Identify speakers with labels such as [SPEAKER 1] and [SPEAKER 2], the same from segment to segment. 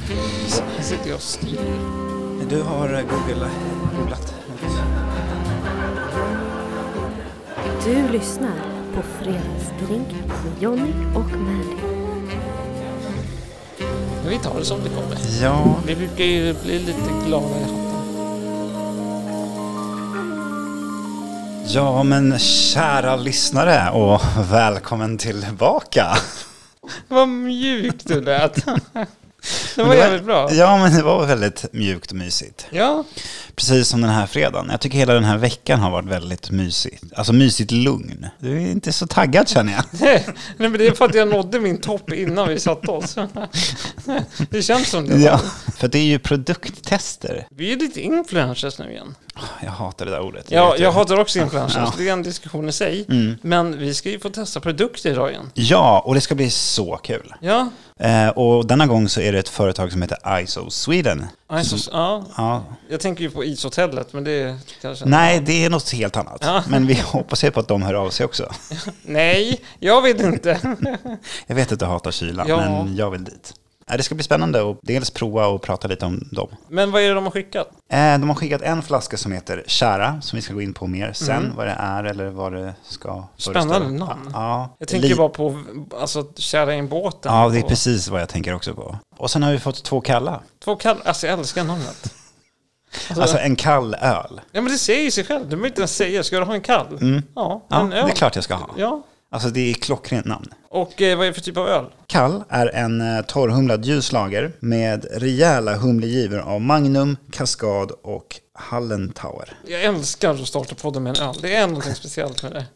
[SPEAKER 1] precis.
[SPEAKER 2] Här sitter jag och stirrar.
[SPEAKER 1] Du har eh, googlat. googlat.
[SPEAKER 3] Du lyssnar på Fredagsdrink med Jonny och Mandy.
[SPEAKER 2] Men vi tar det som det kommer.
[SPEAKER 1] Ja,
[SPEAKER 2] Vi brukar ju bli lite glada i hatten.
[SPEAKER 1] ja, men kära lyssnare och välkommen tillbaka.
[SPEAKER 2] Vad mjukt du lät. Det var
[SPEAKER 1] Men
[SPEAKER 2] jävligt bra.
[SPEAKER 1] Ja, men det var väldigt mjukt och mysigt.
[SPEAKER 2] Ja,
[SPEAKER 1] Precis som den här fredagen. Jag tycker hela den här veckan har varit väldigt mysigt. Alltså mysigt lugn. Du är inte så taggad känner jag.
[SPEAKER 2] nej men det är för att jag nådde min topp innan vi satte oss. Det känns som det.
[SPEAKER 1] Ja, för det är ju produkttester. Ah,
[SPEAKER 2] Vi är lite influencers nu igen.
[SPEAKER 1] Jag hatar det där ordet. Det
[SPEAKER 2] Ja,
[SPEAKER 1] vet
[SPEAKER 2] jag hatar också influencers.
[SPEAKER 1] Ja.
[SPEAKER 2] Det är en diskussion i sig.
[SPEAKER 1] Mm.
[SPEAKER 2] Men vi ska ju få testa produkter idag igen.
[SPEAKER 1] Ja, och det ska bli så kul.
[SPEAKER 2] Ja,
[SPEAKER 1] Eh, och denna gång så är det ett företag som heter ISO Sweden.
[SPEAKER 2] Isos, ja.
[SPEAKER 1] Ja.
[SPEAKER 2] jag tänker ju på ishotellet, men det är kanske...
[SPEAKER 1] Nej, det är något helt annat.
[SPEAKER 2] Ja.
[SPEAKER 1] Men vi hoppas ju på att de hör av sig också.
[SPEAKER 2] Nej, jag vet inte.
[SPEAKER 1] Jag vet att du hatar kylan,
[SPEAKER 2] Ja.
[SPEAKER 1] men jag vill dit. Eh, Det ska bli spännande att dels prova och prata lite om dem.
[SPEAKER 2] Men vad är det de har skickat?
[SPEAKER 1] Eh, De har skickat en flaska som heter Kära, som vi ska gå in på mer sen, vad det är eller vad det ska
[SPEAKER 2] Mm. Spännande
[SPEAKER 1] föreställa.
[SPEAKER 2] namn.
[SPEAKER 1] Ja,
[SPEAKER 2] Jag tänker
[SPEAKER 1] Li-
[SPEAKER 2] bara på alltså, att köra in båten.
[SPEAKER 1] Ja, det är
[SPEAKER 2] Och-
[SPEAKER 1] precis vad jag tänker också på. Och sen har vi fått två kalla.
[SPEAKER 2] Två kall... Alltså jag älskar namnet. Alltså,
[SPEAKER 1] Alltså en kall öl.
[SPEAKER 2] Ja men det säger ju sig själv. Du behöver inte ens säga. Ska du ha en kall? Ja,
[SPEAKER 1] Mm. Ja,
[SPEAKER 2] en
[SPEAKER 1] det
[SPEAKER 2] öl.
[SPEAKER 1] är klart jag ska ha.
[SPEAKER 2] Ja.
[SPEAKER 1] Alltså det är klockrent namn.
[SPEAKER 2] Och eh, vad är det för typ av öl?
[SPEAKER 1] Kall är en eh, torrhumlad ljuslager med rejäla humlegivor av Magnum, Kaskad och Hallentauer.
[SPEAKER 2] Jag älskar att starta podden med en öl. Det är någonting speciellt med det.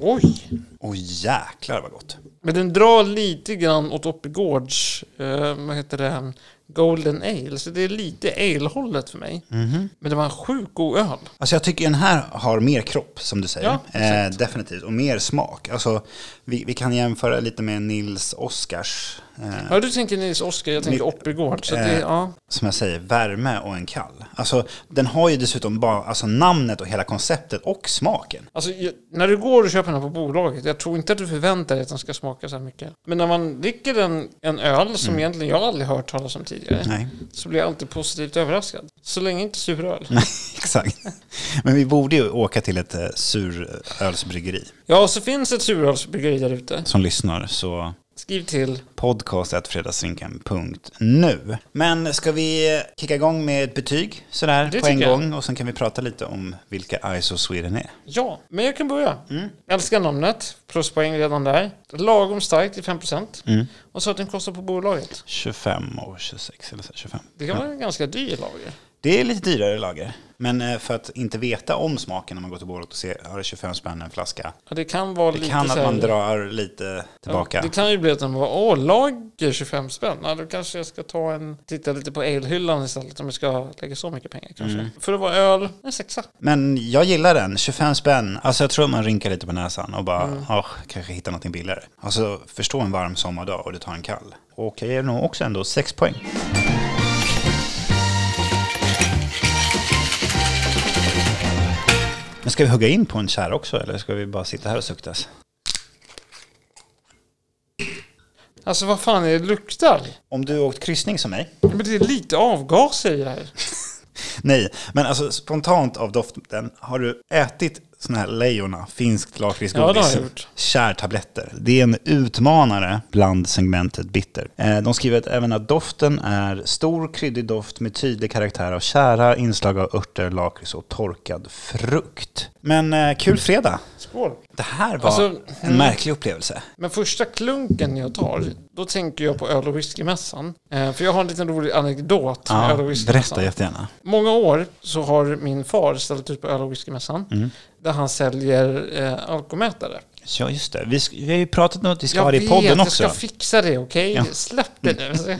[SPEAKER 2] Oj!
[SPEAKER 1] Och jäklar vad gott.
[SPEAKER 2] Men den drar lite grann åt Oppigårds, eh, vad heter det, Golden Ale. Så det är lite ale-hållet för mig.
[SPEAKER 1] Mhm.
[SPEAKER 2] Men det var en sjukt god öl.
[SPEAKER 1] Alltså jag tycker den här har mer kropp som du säger.
[SPEAKER 2] Ja, exakt.
[SPEAKER 1] eh, definitivt. Och mer smak. Alltså vi, vi kan jämföra lite med Nils Oskars. Eh,
[SPEAKER 2] Ja, du tänker Nils Oskar, jag tänker
[SPEAKER 1] Ni-
[SPEAKER 2] Oppigård. Så
[SPEAKER 1] eh,
[SPEAKER 2] det, ja.
[SPEAKER 1] som jag säger, värme och en kall. Alltså den har ju dessutom bara alltså, namnet och hela konceptet och smaken.
[SPEAKER 2] Alltså, jag, när du går och köper den här på bolaget, jag tror inte att du förväntar dig att den ska smaka så här mycket. Men när man dricker en, en öl som egentligen jag aldrig hört talas om tidigare,
[SPEAKER 1] Mm. Nej,
[SPEAKER 2] så blir jag alltid positivt överraskad. Så länge inte suröl.
[SPEAKER 1] exakt. Men vi borde ju åka till ett eh, surölsbryggeri
[SPEAKER 2] Ja, så finns ett surölsbryggeri där ute.
[SPEAKER 1] som lyssnar så
[SPEAKER 2] Skriv till.
[SPEAKER 1] podcast.fredagsvinkeln.nu. Men ska vi kicka igång med ett betyg sådär
[SPEAKER 2] Det
[SPEAKER 1] på en
[SPEAKER 2] tycker jag.
[SPEAKER 1] gång och sen kan vi prata lite om vilka ISO Sweden är.
[SPEAKER 2] Ja, men jag kan börja.
[SPEAKER 1] Mm.
[SPEAKER 2] Älskar namnet. Pluspoäng redan där. Lagom starkt i 5%.
[SPEAKER 1] Mm.
[SPEAKER 2] Och så att den kostar på bolaget.
[SPEAKER 1] 25 och 26 eller så, 25.
[SPEAKER 2] Det kan vara en ganska dyr lager.
[SPEAKER 1] Det är lite dyrare lager. Men eh, för att inte veta om smaken när man går till bolaget och ser, har det 25 spänn en flaska?
[SPEAKER 2] Ja, det kan vara
[SPEAKER 1] Det
[SPEAKER 2] lite
[SPEAKER 1] kan
[SPEAKER 2] så
[SPEAKER 1] att
[SPEAKER 2] här-
[SPEAKER 1] man drar lite tillbaka.
[SPEAKER 2] Ja, det kan ju bli att den var åh, lager 25 spänn. Ja, då kanske jag ska ta en, titta lite på ölhyllan istället om jag ska lägga så mycket pengar kanske.
[SPEAKER 1] Mm.
[SPEAKER 2] För att vara öl, en sexa.
[SPEAKER 1] Men jag gillar den, 25 spänn. Alltså jag tror man rynkar lite på näsan och bara, "Ah, kanske hittar någonting billigare. Alltså förstå en varm sommardag och du tar en kall. Och jag ger nog också ändå 6 poäng. Men ska vi hugga in på en kär också eller ska vi bara sitta här och suktas?
[SPEAKER 2] Alltså vad fan är det luktar?
[SPEAKER 1] Om du åkt kryssning som mig?
[SPEAKER 2] Men det är lite avgaser i det här.
[SPEAKER 1] Nej, men alltså spontant av doften, har du ätit såna här Leijona, finskt
[SPEAKER 2] Ja, det har
[SPEAKER 1] lakritsgodis?
[SPEAKER 2] jag gjort.
[SPEAKER 1] Kärtabletter. Det är en utmanare bland segmentet bitter. Eh, De skriver att även att doften är stor kryddig doft med tydlig karaktär av kära, inslag av örter, lakrits och torkad frukt. Men eh, kul fredag.
[SPEAKER 2] Skål.
[SPEAKER 1] Det här var
[SPEAKER 2] Alltså,
[SPEAKER 1] en märklig upplevelse.
[SPEAKER 2] Men första klunken jag tar, då tänker jag på öl och whiskymässan. Eh, för jag har en liten rolig anekdot med öl
[SPEAKER 1] Ja,
[SPEAKER 2] och whiskymässan.
[SPEAKER 1] berätta jättegärna.
[SPEAKER 2] Många år så har min far ställt ut på öl och whiskymässan.
[SPEAKER 1] Mm.
[SPEAKER 2] Där han säljer eh, alkomätare.
[SPEAKER 1] Ja, just det. Vi, sk- vi har ju pratat om att vi ska ha det i podden
[SPEAKER 2] jag
[SPEAKER 1] också.
[SPEAKER 2] ska fixa det, okej?
[SPEAKER 1] Ja.
[SPEAKER 2] Släpp det nu.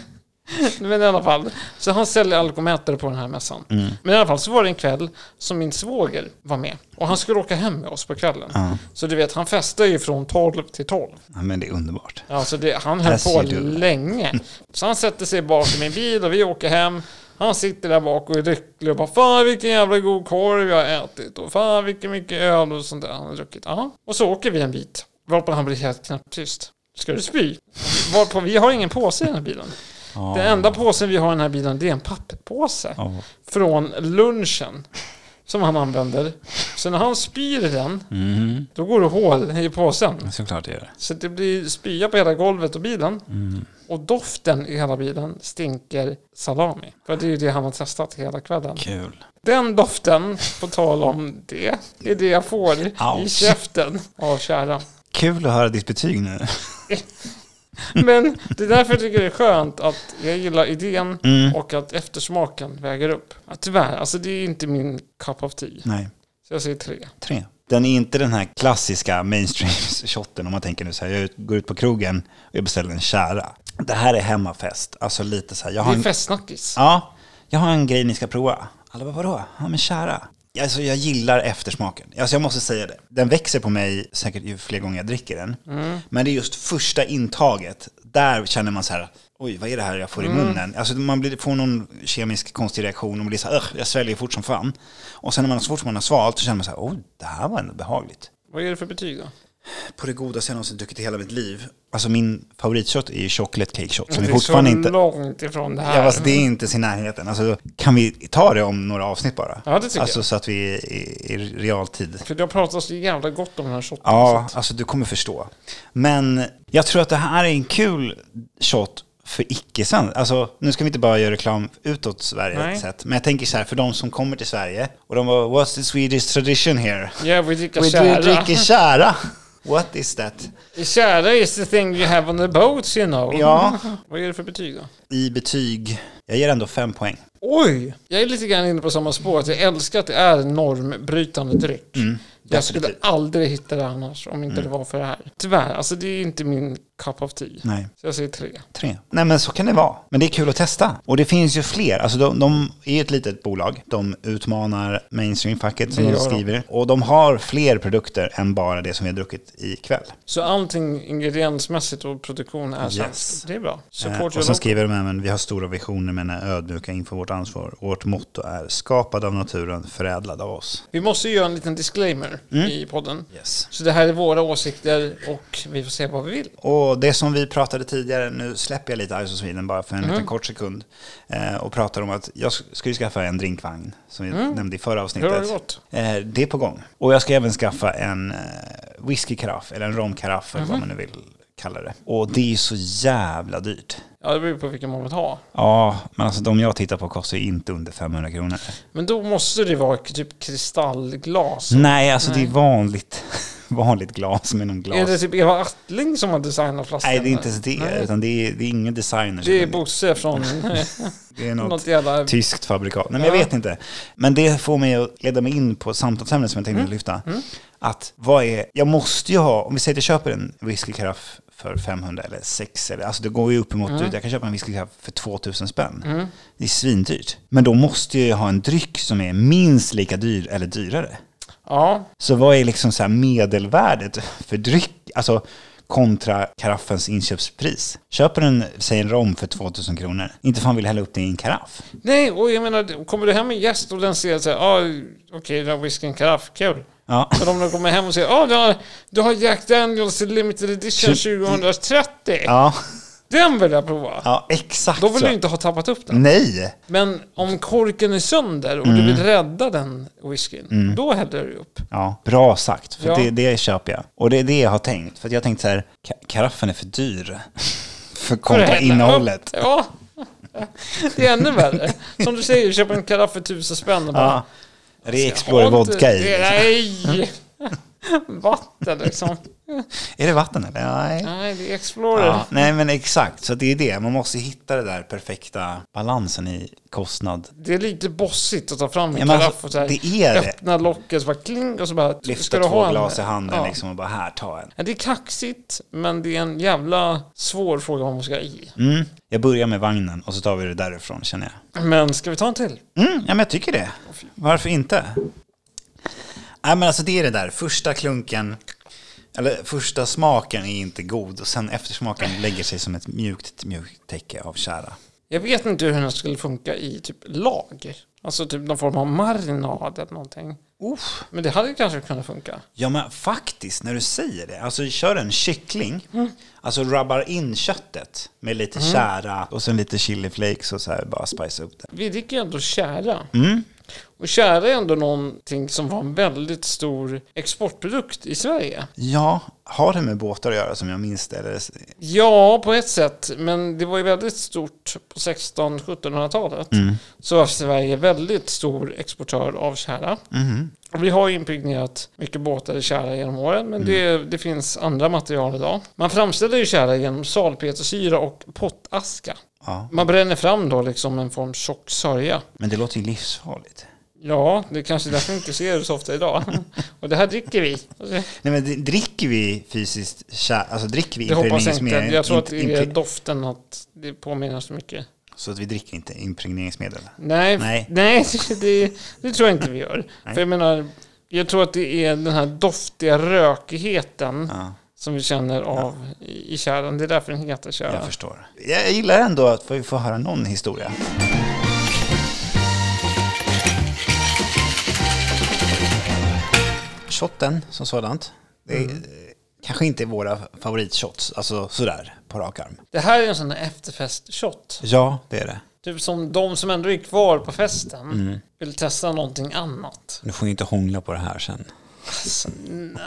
[SPEAKER 2] Men i alla fall, så han säljer alkomätare på den här mässan.
[SPEAKER 1] Mm.
[SPEAKER 2] Men i alla fall så var det en kväll som min svåger var med. Och han skulle åka hem med oss på kvällen.
[SPEAKER 1] Ja.
[SPEAKER 2] Så du vet, han festar ju från 12 till 12.
[SPEAKER 1] ja, men det är underbart.
[SPEAKER 2] Alltså det, han höll
[SPEAKER 1] As
[SPEAKER 2] på
[SPEAKER 1] you do.
[SPEAKER 2] länge. Så han sätter sig bak i min bil och vi åker hem. Han sitter där bak och är lycklig och bara Fan vilken jävla god korv jag har ätit och fan vilken mycket öl och sånt där han har druckit. Ja. Och så åker vi en bit. Varpå han blir helt knäpptyst. Ska du spy? Varpå vi har ingen påse i den här bilen.
[SPEAKER 1] Ja.
[SPEAKER 2] Den enda påsen vi har i den här bilen, det är en papperpåse.
[SPEAKER 1] Ja.
[SPEAKER 2] Från lunchen. Som han använder. Så när han spyr i den,
[SPEAKER 1] Mm.
[SPEAKER 2] då går det hål i påsen.
[SPEAKER 1] Såklart det gör det.
[SPEAKER 2] Så det blir spya på hela golvet och bilen.
[SPEAKER 1] Mm.
[SPEAKER 2] Och doften i hela bilen stinker salami. För det är ju det han har testat hela kvällen.
[SPEAKER 1] Kul.
[SPEAKER 2] Den doften, på tal om det, är det jag får i
[SPEAKER 1] Ouch.
[SPEAKER 2] käften av käran.
[SPEAKER 1] Kul att höra ditt betyg nu.
[SPEAKER 2] Men det är därför jag tycker det är skönt att jag gillar idén
[SPEAKER 1] Mm.
[SPEAKER 2] och att eftersmaken väger upp. Ja, tyvärr, alltså det är inte min cup of tea.
[SPEAKER 1] Nej,
[SPEAKER 2] Så jag säger tre.
[SPEAKER 1] tre. Den är inte den här klassiska mainstream-shotten om man tänker nu så här, jag ut- går ut på krogen och jag beställer en kära. Det här är hemmafest, alltså lite så här. Jag
[SPEAKER 2] Det
[SPEAKER 1] har
[SPEAKER 2] är
[SPEAKER 1] en,
[SPEAKER 2] festsnackis.
[SPEAKER 1] ja, jag har en grej ni ska prova. Alla bara, vadå? Ja, men kära. Alltså jag gillar eftersmaken. Alltså jag måste säga det. Den växer på mig säkert ju fler gånger jag dricker den.
[SPEAKER 2] Mm.
[SPEAKER 1] Men det är just första intaget, där känner man så här, oj vad är det här jag får i
[SPEAKER 2] Mm.
[SPEAKER 1] munnen? Alltså man blir, får någon kemisk konstig reaktion och blir så här, "Ugh, jag sväljer fort som fan. Och sen när man, så fort man har svalt så känner man så här, oj det här var ändå behagligt.
[SPEAKER 2] Vad är det för betyg då?
[SPEAKER 1] På det godaste jag någonsin druckit i hela mitt liv. Alltså min favoritkött är ju chocolate cake shot. Som
[SPEAKER 2] det är
[SPEAKER 1] är
[SPEAKER 2] så
[SPEAKER 1] fortfarande inte...
[SPEAKER 2] långt ifrån det här.
[SPEAKER 1] Ja, fast det är inte i närheten. Alltså, kan vi ta det om några avsnitt bara?
[SPEAKER 2] Ja, det tycker
[SPEAKER 1] alltså,
[SPEAKER 2] jag.
[SPEAKER 1] så att vi är i, i realtid.
[SPEAKER 2] För det har pratats så jävla gott om den här shotten.
[SPEAKER 1] Ja, alltså du kommer förstå. Men jag tror att det här är en kul shot för icke sen. Alltså, nu ska vi inte bara göra reklam utåt Sverige
[SPEAKER 2] Nej.
[SPEAKER 1] sett. Men jag tänker så här, för de som kommer till Sverige och de bara, what's the Swedish tradition here?
[SPEAKER 2] Ja, yeah, vi dricker
[SPEAKER 1] We
[SPEAKER 2] kära.
[SPEAKER 1] do drink kära. What is that?
[SPEAKER 2] Kära is the thing you have on the boats, you know.
[SPEAKER 1] Ja.
[SPEAKER 2] Vad är det för betyg då?
[SPEAKER 1] I betyg, jag ger ändå fem poäng.
[SPEAKER 2] Oj! Jag är lite grann inne på samma spår. Att jag älskar att det är en normbrytande dryck. jag skulle
[SPEAKER 1] Mm. definitivt. Mm.
[SPEAKER 2] aldrig hitta det annars om inte det var för det här. Tyvärr, alltså det är inte min cup of tea.
[SPEAKER 1] Nej.
[SPEAKER 2] Så jag säger tre.
[SPEAKER 1] Tre. Nej men så kan det vara. Men det är kul att testa. Och det finns ju fler. Alltså de, de är ett litet bolag. De utmanar mainstreamfacket som
[SPEAKER 2] Det
[SPEAKER 1] de
[SPEAKER 2] gör de.
[SPEAKER 1] skriver. Och de har fler produkter än bara det som vi har druckit ikväll.
[SPEAKER 2] Så allting ingrediensmässigt och produktion är svenskt. Det är bra.
[SPEAKER 1] Eh, och
[SPEAKER 2] Support your
[SPEAKER 1] sen
[SPEAKER 2] local.
[SPEAKER 1] skriver de även, vi har stora visioner men är ödmjuka inför vårt ansvar. Vårt motto är skapad av naturen, förädlad av oss.
[SPEAKER 2] Vi måste ju göra en liten disclaimer
[SPEAKER 1] Mm.
[SPEAKER 2] i podden.
[SPEAKER 1] Yes.
[SPEAKER 2] Så det här är våra åsikter och vi får se vad vi vill.
[SPEAKER 1] Och det som vi pratade tidigare, nu släpper jag lite Ice of Sweden bara för en
[SPEAKER 2] Mm.
[SPEAKER 1] liten kort sekund. Eh, och pratar om att jag sk- ska ju skaffa en drinkvagn som jag nämnde i förra avsnittet.
[SPEAKER 2] Mm. Hur har det gått?
[SPEAKER 1] Eh, det är på gång. Och jag ska även skaffa en eh, whiskykaraff eller en romkaraff eller vad
[SPEAKER 2] Mhm.
[SPEAKER 1] man nu vill kalla det. Och det är ju så jävla dyrt.
[SPEAKER 2] Ja, det beror på vilken man vill ha.
[SPEAKER 1] Ja, men alltså de jag tittar på kostar ju inte under 500 kronor.
[SPEAKER 2] Men då måste det vara typ kristallglas.
[SPEAKER 1] Nej, alltså det är vanligt, vanligt glas med någon glas.
[SPEAKER 2] Är det typ Eva Attling som har designat flaskan?
[SPEAKER 1] Mm. Nej, det är inte ens det,
[SPEAKER 2] Nej.
[SPEAKER 1] utan det är, det är ingen designer.
[SPEAKER 2] Det är
[SPEAKER 1] utan
[SPEAKER 2] Bosse från
[SPEAKER 1] det är något typ.
[SPEAKER 2] något jävla...
[SPEAKER 1] tyskt fabrikat. Nej, men jag
[SPEAKER 2] Ja.
[SPEAKER 1] vet inte. Men det får mig att leda mig in på samtalsämnet som jag tänkte lyfta. Att vad är, jag måste ju ha, om vi säger att jag köper en whiskykaraff för 500 eller 6 eller, alltså det går ju uppemot, mm. jag kan köpa en whiskykaraff för 2000 spänn. Det är svindyrt. Men då måste jag ju ha en dryck som är minst lika dyr eller dyrare.
[SPEAKER 2] Ja,
[SPEAKER 1] Så vad är liksom så här medelvärdet för dryck, alltså kontra karaffens inköpspris? Köper en, säg en rom för 2000 kronor, inte fan vill hälla upp det i en karaff.
[SPEAKER 2] Nej, och jag menar, kommer du hem en gäst och den säger så här, ah, okej, du har whiskyn karaff, kul.
[SPEAKER 1] Ja.
[SPEAKER 2] Men om de kommer hem och säger, ah, du har, du har Jack Daniels Limited Edition 2030.
[SPEAKER 1] Typ. Ja,
[SPEAKER 2] Den vill jag prova.
[SPEAKER 1] ja exakt
[SPEAKER 2] Då vill
[SPEAKER 1] så. Mm.
[SPEAKER 2] du inte ha tappat upp den.
[SPEAKER 1] Nej,
[SPEAKER 2] Men om korken är sönder och
[SPEAKER 1] Mm.
[SPEAKER 2] du vill rädda den whiskyn, då häller du upp.
[SPEAKER 1] ja, bra sagt. För
[SPEAKER 2] Ja.
[SPEAKER 1] det, det köper jag. Och det är det jag har tänkt. För att jag har tänkt så här, ka- karaffen är för dyr. för
[SPEAKER 2] Då
[SPEAKER 1] kontra
[SPEAKER 2] häller jag upp.
[SPEAKER 1] innehållet.
[SPEAKER 2] Ja. Det är ännu värre. Som du säger, köp en karaff för tusen spänn och bara,
[SPEAKER 1] Ja. Det är
[SPEAKER 2] "Jag har
[SPEAKER 1] Explorer
[SPEAKER 2] inte
[SPEAKER 1] vodka
[SPEAKER 2] det."
[SPEAKER 1] i. liksom.
[SPEAKER 2] Nej! Vatten liksom.
[SPEAKER 1] Är det vatten eller? Nej.
[SPEAKER 2] Nej, det är Explorer.
[SPEAKER 1] Ja, nej men exakt, så det är det. Man måste hitta den där perfekta balansen i kostnad.
[SPEAKER 2] Det är lite bossigt att ta fram
[SPEAKER 1] Ja,
[SPEAKER 2] en
[SPEAKER 1] men
[SPEAKER 2] karaff
[SPEAKER 1] alltså,
[SPEAKER 2] och så här,
[SPEAKER 1] det är det.
[SPEAKER 2] öppna locket så bara kling och så bara... ska
[SPEAKER 1] Lyfta
[SPEAKER 2] du ha
[SPEAKER 1] två
[SPEAKER 2] en-
[SPEAKER 1] glas i handen
[SPEAKER 2] Ja.
[SPEAKER 1] liksom och bara här, ta en.
[SPEAKER 2] Ja, Det är kaxigt, men det är en jävla svår fråga vad man ska ha i.
[SPEAKER 1] Mm. Jag börjar med vagnen och så tar vi det därifrån känner jag.
[SPEAKER 2] Men ska vi ta en till?
[SPEAKER 1] Mm, ja, men jag tycker det. Varför inte? Nej, men alltså det är det där. Första klunken, eller första smaken är inte god och sen eftersmaken lägger sig som ett mjukt, mjukt täcke av tjära.
[SPEAKER 2] Jag vet inte hur den här skulle funka i typ lag. Alltså typ någon form av marinad eller någonting.
[SPEAKER 1] Uff.
[SPEAKER 2] Men det hade ju kanske kunnat funka.
[SPEAKER 1] Ja men faktiskt, när du säger det. Alltså kör en kyckling, alltså rabbar in köttet med lite tjära och sen lite chili flakes och så här bara spicea upp det.
[SPEAKER 2] Vi dricker ju ändå tjära. Och tjära är ändå någonting som var en väldigt stor exportprodukt i Sverige.
[SPEAKER 1] Ja, har det med båtar att göra som jag minns det? Eller?
[SPEAKER 2] Ja, på ett sätt. Men det var ju väldigt stort på 1600-1700-talet. Så var Sverige väldigt stor exportör av tjära. Och vi har ju impregnerat mycket båtar i tjära genom åren. Men det, det finns andra material idag. Man framställer ju tjära genom salpetersyra och pottaska.
[SPEAKER 1] Ja.
[SPEAKER 2] Man bränner fram då liksom en form tjock sörja.
[SPEAKER 1] Men det låter ju livsfarligt.
[SPEAKER 2] Ja, det är kanske är därför vi inte ser det så ofta idag. Och det här dricker vi.
[SPEAKER 1] Nej men d- dricker vi fysiskt tjära, alltså dricker vi
[SPEAKER 2] Det hoppas jag inte.
[SPEAKER 1] impregneringsmedel?
[SPEAKER 2] Jag tror att
[SPEAKER 1] inte
[SPEAKER 2] det är
[SPEAKER 1] impre-
[SPEAKER 2] doften att det påminner så mycket.
[SPEAKER 1] Så att vi dricker inte impregneringsmedel?
[SPEAKER 2] Nej,
[SPEAKER 1] Nej.
[SPEAKER 2] nej. det, det tror jag inte vi gör. För jag menar, jag tror att det är den här doftiga rökigheten
[SPEAKER 1] Ja.
[SPEAKER 2] som vi känner av i i tjäran. Det är därför den heter
[SPEAKER 1] Jag
[SPEAKER 2] tjära.
[SPEAKER 1] förstår. Jag gillar ändå att få, få höra någon historia. Shotten som sådant. Det är,
[SPEAKER 2] Mm.
[SPEAKER 1] eh, kanske inte är våra favoritshots, alltså sådär på rak arm.
[SPEAKER 2] Det här är en sån här efterfestshot.
[SPEAKER 1] Ja, det är det.
[SPEAKER 2] Typ som de som ändå är kvar på festen
[SPEAKER 1] Mm.
[SPEAKER 2] vill testa någonting annat.
[SPEAKER 1] Du får ju inte hångla på det här sen.
[SPEAKER 2] Alltså,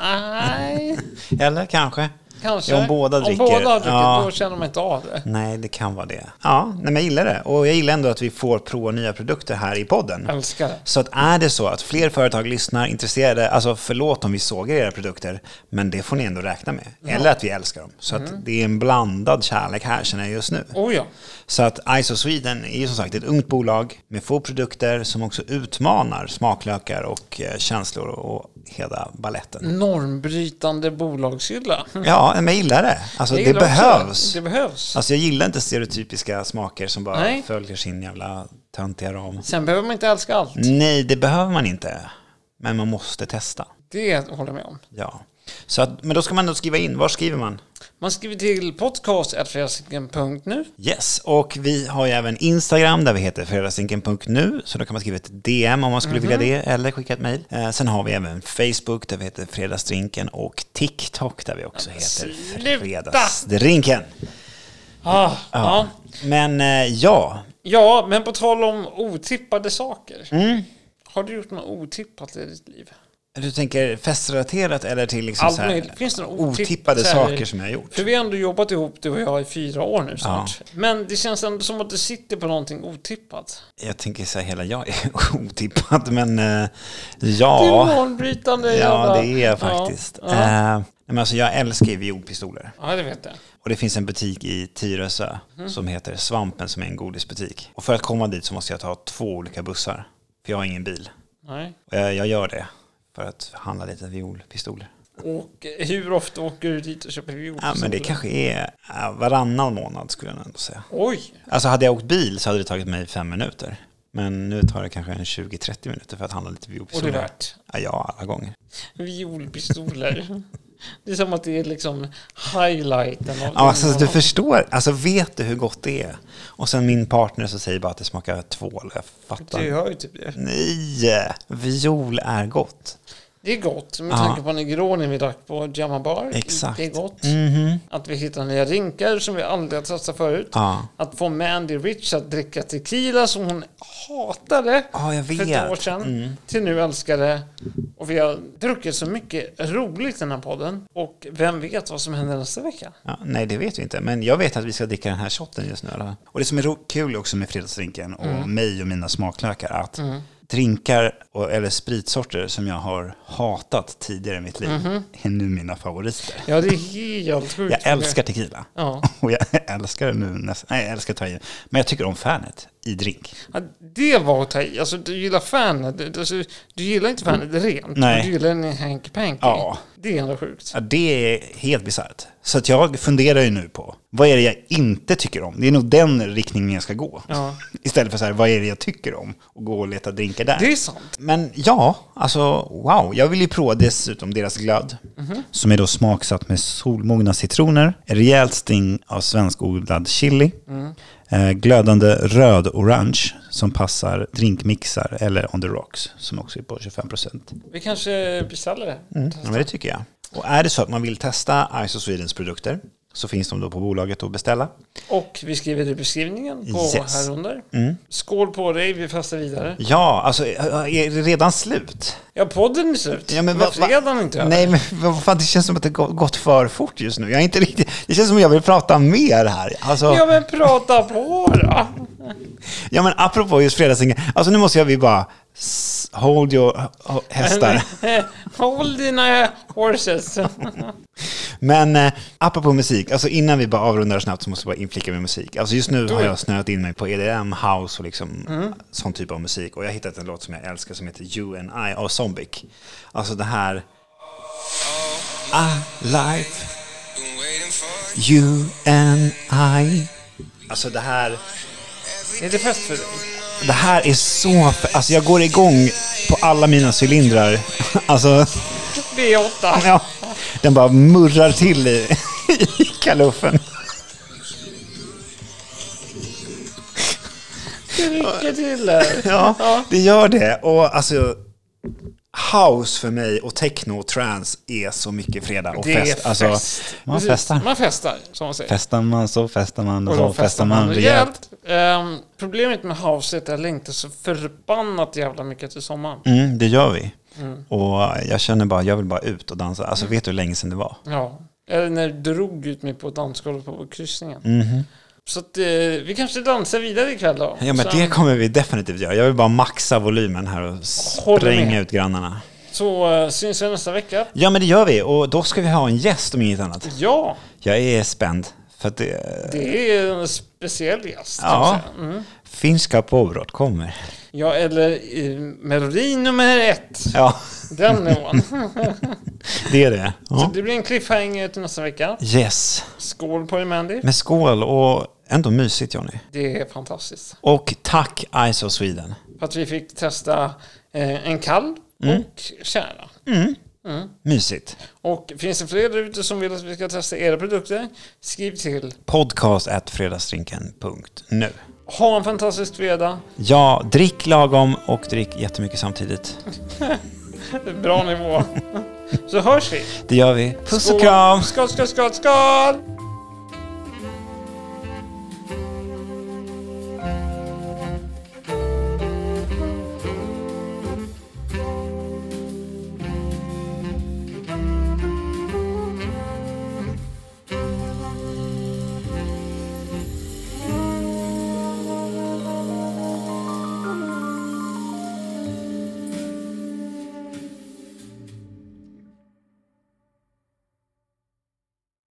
[SPEAKER 2] nej,
[SPEAKER 1] Eller kanske.
[SPEAKER 2] kanske.
[SPEAKER 1] Ja, om båda dricker.
[SPEAKER 2] Om båda har druckit,
[SPEAKER 1] Ja.
[SPEAKER 2] då känner man inte av det.
[SPEAKER 1] Nej, det kan vara det. Ja, nej, men jag gillar det. Och jag gillar ändå att vi får prova nya produkter här i podden.
[SPEAKER 2] Älskar det.
[SPEAKER 1] Så att är det så att fler företag lyssnar, intresserade, alltså förlåt om vi sågar era produkter, men det får ni ändå räkna med. Eller att vi älskar dem. Så
[SPEAKER 2] Mm.
[SPEAKER 1] att det är en blandad kärlek här känner jag just nu.
[SPEAKER 2] Oh ja.
[SPEAKER 1] Så att ISO Sweden är ju som sagt ett ungt bolag med få produkter som också utmanar smaklökar och eh, känslor och hela baletten.
[SPEAKER 2] Mm. Normbrytande bolagshylla.
[SPEAKER 1] Ja, men jag gillar det. Alltså
[SPEAKER 2] Jag
[SPEAKER 1] det
[SPEAKER 2] gillar också
[SPEAKER 1] behövs.
[SPEAKER 2] Det behövs.
[SPEAKER 1] Alltså jag gillar inte stereotypiska smaker som bara
[SPEAKER 2] Nej.
[SPEAKER 1] följer sin jävla töntiga ram.
[SPEAKER 2] Sen behöver man inte älska allt.
[SPEAKER 1] Nej, det behöver man inte. Men man måste testa.
[SPEAKER 2] Det håller jag med om.
[SPEAKER 1] Ja. Så att, men då ska man då skriva in, var skriver man?
[SPEAKER 2] Man skriver till podcast.fredagsdrinken.nu.
[SPEAKER 1] Yes, och vi har ju även Instagram där vi heter fredagsdrinken.nu, så då kan man skriva ett DM om man skulle
[SPEAKER 2] Mhm.
[SPEAKER 1] vilja det, eller skicka ett mejl. Eh, sen har vi även Facebook där vi heter fredagsdrinken och TikTok där vi också heter
[SPEAKER 2] sluta!
[SPEAKER 1] fredagsdrinken.
[SPEAKER 2] Ah, ja.
[SPEAKER 1] Men eh, ja,
[SPEAKER 2] ja, men på tal om otippade saker.
[SPEAKER 1] Mm.
[SPEAKER 2] Har du gjort något otippat i ditt liv?
[SPEAKER 1] du tänker festrelaterat eller till liksom
[SPEAKER 2] Allt
[SPEAKER 1] så här,
[SPEAKER 2] möjligt. Finns det något otippat?
[SPEAKER 1] otippade
[SPEAKER 2] så här?
[SPEAKER 1] saker som jag har gjort?
[SPEAKER 2] För vi har ändå jobbat ihop du och jag i fyra år nu snart. Men det känns ändå som att du sitter på någonting otippat.
[SPEAKER 1] Jag tänker säga hela jag är otippad, men eh,
[SPEAKER 2] Det är
[SPEAKER 1] ja.
[SPEAKER 2] normbrytande
[SPEAKER 1] Ja,
[SPEAKER 2] jävla-
[SPEAKER 1] det är jag faktiskt.
[SPEAKER 2] Ja,
[SPEAKER 1] Eh,
[SPEAKER 2] ja.
[SPEAKER 1] nej, men alltså, jag älskar ju violpistoler.
[SPEAKER 2] ja det vet jag.
[SPEAKER 1] Och det finns en butik i Tyresö
[SPEAKER 2] Mhm.
[SPEAKER 1] som heter Svampen som är en godisbutik. Och för att komma dit så måste jag ta två olika bussar. För jag har ingen bil.
[SPEAKER 2] Nej.
[SPEAKER 1] Eh, jag gör det för att handla lite violpistoler.
[SPEAKER 2] Och eh, hur ofta åker du dit och köper violer?
[SPEAKER 1] Ja, men det kanske är eh, varannan månad skulle jag ändå säga.
[SPEAKER 2] Oj!
[SPEAKER 1] Alltså hade jag åkt bil så hade det tagit mig fem minuter. Men nu tar det kanske en 20-30 minuter för att handla lite
[SPEAKER 2] Och det är
[SPEAKER 1] violpistoler.
[SPEAKER 2] värt.
[SPEAKER 1] Ja, Ja, alla gånger.
[SPEAKER 2] Violpistoler. Det är som att det är liksom highlighten av
[SPEAKER 1] Ja, alltså,
[SPEAKER 2] din
[SPEAKER 1] du
[SPEAKER 2] månad.
[SPEAKER 1] förstår. Alltså, vet du hur gott det är? Och sen min partner så säger bara att det smakar tvål. Jag
[SPEAKER 2] Du
[SPEAKER 1] fattar.
[SPEAKER 2] hör ju typ det.
[SPEAKER 1] Nej, viol är gott.
[SPEAKER 2] Det är gott, med
[SPEAKER 1] Ja.
[SPEAKER 2] tanke på Negronin vi drack på Jamma Bar.
[SPEAKER 1] Exakt.
[SPEAKER 2] Det är gott.
[SPEAKER 1] Mhm.
[SPEAKER 2] Att vi hittar nya drinkar som vi aldrig har testat förut.
[SPEAKER 1] Ja.
[SPEAKER 2] Att få med Andy Rich att dricka tequila som hon hatade
[SPEAKER 1] Ja, jag
[SPEAKER 2] för ett år
[SPEAKER 1] vet. Mm.
[SPEAKER 2] sedan. Till nu älskar det. Och vi har druckit så mycket roligt i den här podden. Och vem vet vad som händer nästa vecka?
[SPEAKER 1] Ja, nej, det vet vi inte. Men jag vet att vi ska dricka den här shotten just nu. Eller? Mm. Och det som är ro- kul också med fredagsdrinken och mig och mina smaklökar att drinkar och, eller spritsorter som jag har hatat tidigare i mitt liv är nu mina favoriter.
[SPEAKER 2] Ja, det är helt sjukt.
[SPEAKER 1] Jag älskar tequila.
[SPEAKER 2] Ja.
[SPEAKER 1] Och jag älskar det nu nästan. Nej, jag älskar ta i. Men jag tycker om Fernet i drink.
[SPEAKER 2] Ja, det var att ta i. Alltså, du gillar Fanet. Du, alltså, du gillar inte Fanet rent.
[SPEAKER 1] Nej.
[SPEAKER 2] men Du gillar en Hanky Panky.
[SPEAKER 1] Ja.
[SPEAKER 2] Det är ändå sjukt.
[SPEAKER 1] Ja, det är helt bisarrt. Så att jag funderar ju nu på, vad är det jag inte tycker om? Det är nog den riktningen jag ska gå.
[SPEAKER 2] Ja.
[SPEAKER 1] Istället för så här, vad är det jag tycker om? Och gå och leta drinkar där.
[SPEAKER 2] Det är sant.
[SPEAKER 1] Men ja, alltså wow. Jag vill ju prova dessutom deras glöd. Som är då smaksatt med solmogna citroner, rejält sting av svenskodlad chili, Eh, glödande röd-orange som passar drinkmixar eller on the rocks som också är på 25%.
[SPEAKER 2] Vi kanske beställer det.
[SPEAKER 1] Ja, men det tycker jag. Och är det så att man vill testa Iso Swedens produkter så finns de då på bolaget att beställa.
[SPEAKER 2] Och vi skriver det i beskrivningen på
[SPEAKER 1] Yes. Mm.
[SPEAKER 2] här under. Skål på dig, vi fastar vidare.
[SPEAKER 1] Ja, alltså är det redan slut?
[SPEAKER 2] Ja, podden är slut.
[SPEAKER 1] Ja, men
[SPEAKER 2] Varför är den inte över?
[SPEAKER 1] Nej, men vad fan, det känns som att det gå- gått för fort just nu. Jag är inte riktigt... Det känns som att jag vill prata mer här. Alltså,
[SPEAKER 2] Ja, men prata på då.
[SPEAKER 1] Ja, men apropå just fredagssingeln. Alltså nu måste jag vi bara... s- Hold your h- hästar.
[SPEAKER 2] Håll dina horses.
[SPEAKER 1] Men eh, apropå musik, alltså innan vi bara avrundar snabbt så måste jag bara inflika med musik. Alltså just nu har jag snöat in mig på EDM, house och liksom sån typ av musik. Och jag har hittat en låt som jag älskar som heter You and I av Zombic. Alltså det här... I life
[SPEAKER 4] Been waiting for
[SPEAKER 1] You and I. Alltså det här,
[SPEAKER 2] är det fest för dig?
[SPEAKER 1] det här är så... f- Alltså jag går igång på alla mina cylindrar. Alltså,
[SPEAKER 2] B8.
[SPEAKER 1] ja. Den bara murrar till i, i kaluffen.
[SPEAKER 2] Lycka till där.
[SPEAKER 1] Ja, det gör det. Och alltså... House för mig och techno och trance är så mycket fredag och
[SPEAKER 2] Det är
[SPEAKER 1] fest. Alltså,
[SPEAKER 2] fest.
[SPEAKER 1] man
[SPEAKER 2] Precis.
[SPEAKER 1] festar.
[SPEAKER 2] Man festar, som man säger.
[SPEAKER 1] Festar man så festar man
[SPEAKER 2] Och
[SPEAKER 1] och
[SPEAKER 2] då
[SPEAKER 1] så festar man rejält.
[SPEAKER 2] Ehm, problemet med house är att jag längtar så förbannat jävla mycket till sommaren.
[SPEAKER 1] Mm, det gör vi.
[SPEAKER 2] Mm.
[SPEAKER 1] Och jag känner bara, jag vill bara ut och dansa. Alltså vet du hur länge sedan det var?
[SPEAKER 2] Ja. Eller när du drog ut mig på dansgolvet på kryssningen. Så att, eh, vi kanske dansar vidare ikväll då.
[SPEAKER 1] Mhm. Ja, men
[SPEAKER 2] Sen
[SPEAKER 1] det kommer vi definitivt göra. Jag vill bara maxa volymen här och
[SPEAKER 2] Håller med.
[SPEAKER 1] spränga ut grannarna.
[SPEAKER 2] Så eh, syns vi nästa vecka.
[SPEAKER 1] Ja, men det gör vi. Och då ska vi ha en gäst om inget annat.
[SPEAKER 2] Ja,
[SPEAKER 1] Jag är spänd. För att det...
[SPEAKER 2] det är en speciell gäst. kan man
[SPEAKER 1] Ja.
[SPEAKER 2] säga. Mm.
[SPEAKER 1] Finska påbrott kommer.
[SPEAKER 2] Ja, eller eh, melodi nummer ett.
[SPEAKER 1] Ja,
[SPEAKER 2] Den nivån.
[SPEAKER 1] det är det.
[SPEAKER 2] Så
[SPEAKER 1] Mm. Ja.
[SPEAKER 2] det blir en cliffhanger till nästa vecka.
[SPEAKER 1] Yes.
[SPEAKER 2] Skål på dig Mandy.
[SPEAKER 1] Men skål och ändå mysigt, Johnny.
[SPEAKER 2] Det är fantastiskt.
[SPEAKER 1] Och tack ISO Sweden.
[SPEAKER 2] För att vi fick testa eh, en kall
[SPEAKER 1] Mm.
[SPEAKER 2] och kära.
[SPEAKER 1] Mysigt.
[SPEAKER 2] Och finns det fler där ute som vill att vi ska testa era produkter? Skriv till.
[SPEAKER 1] Podcast at fredagsdrinken.nu.
[SPEAKER 2] Ha en fantastisk fredag.
[SPEAKER 1] Ja, drick lagom och drick jättemycket samtidigt.
[SPEAKER 2] Bra nivå. Så hörs vi.
[SPEAKER 1] Det gör vi. Puss och
[SPEAKER 2] Skål.
[SPEAKER 1] kram!
[SPEAKER 2] Skål, skål, skål, skål!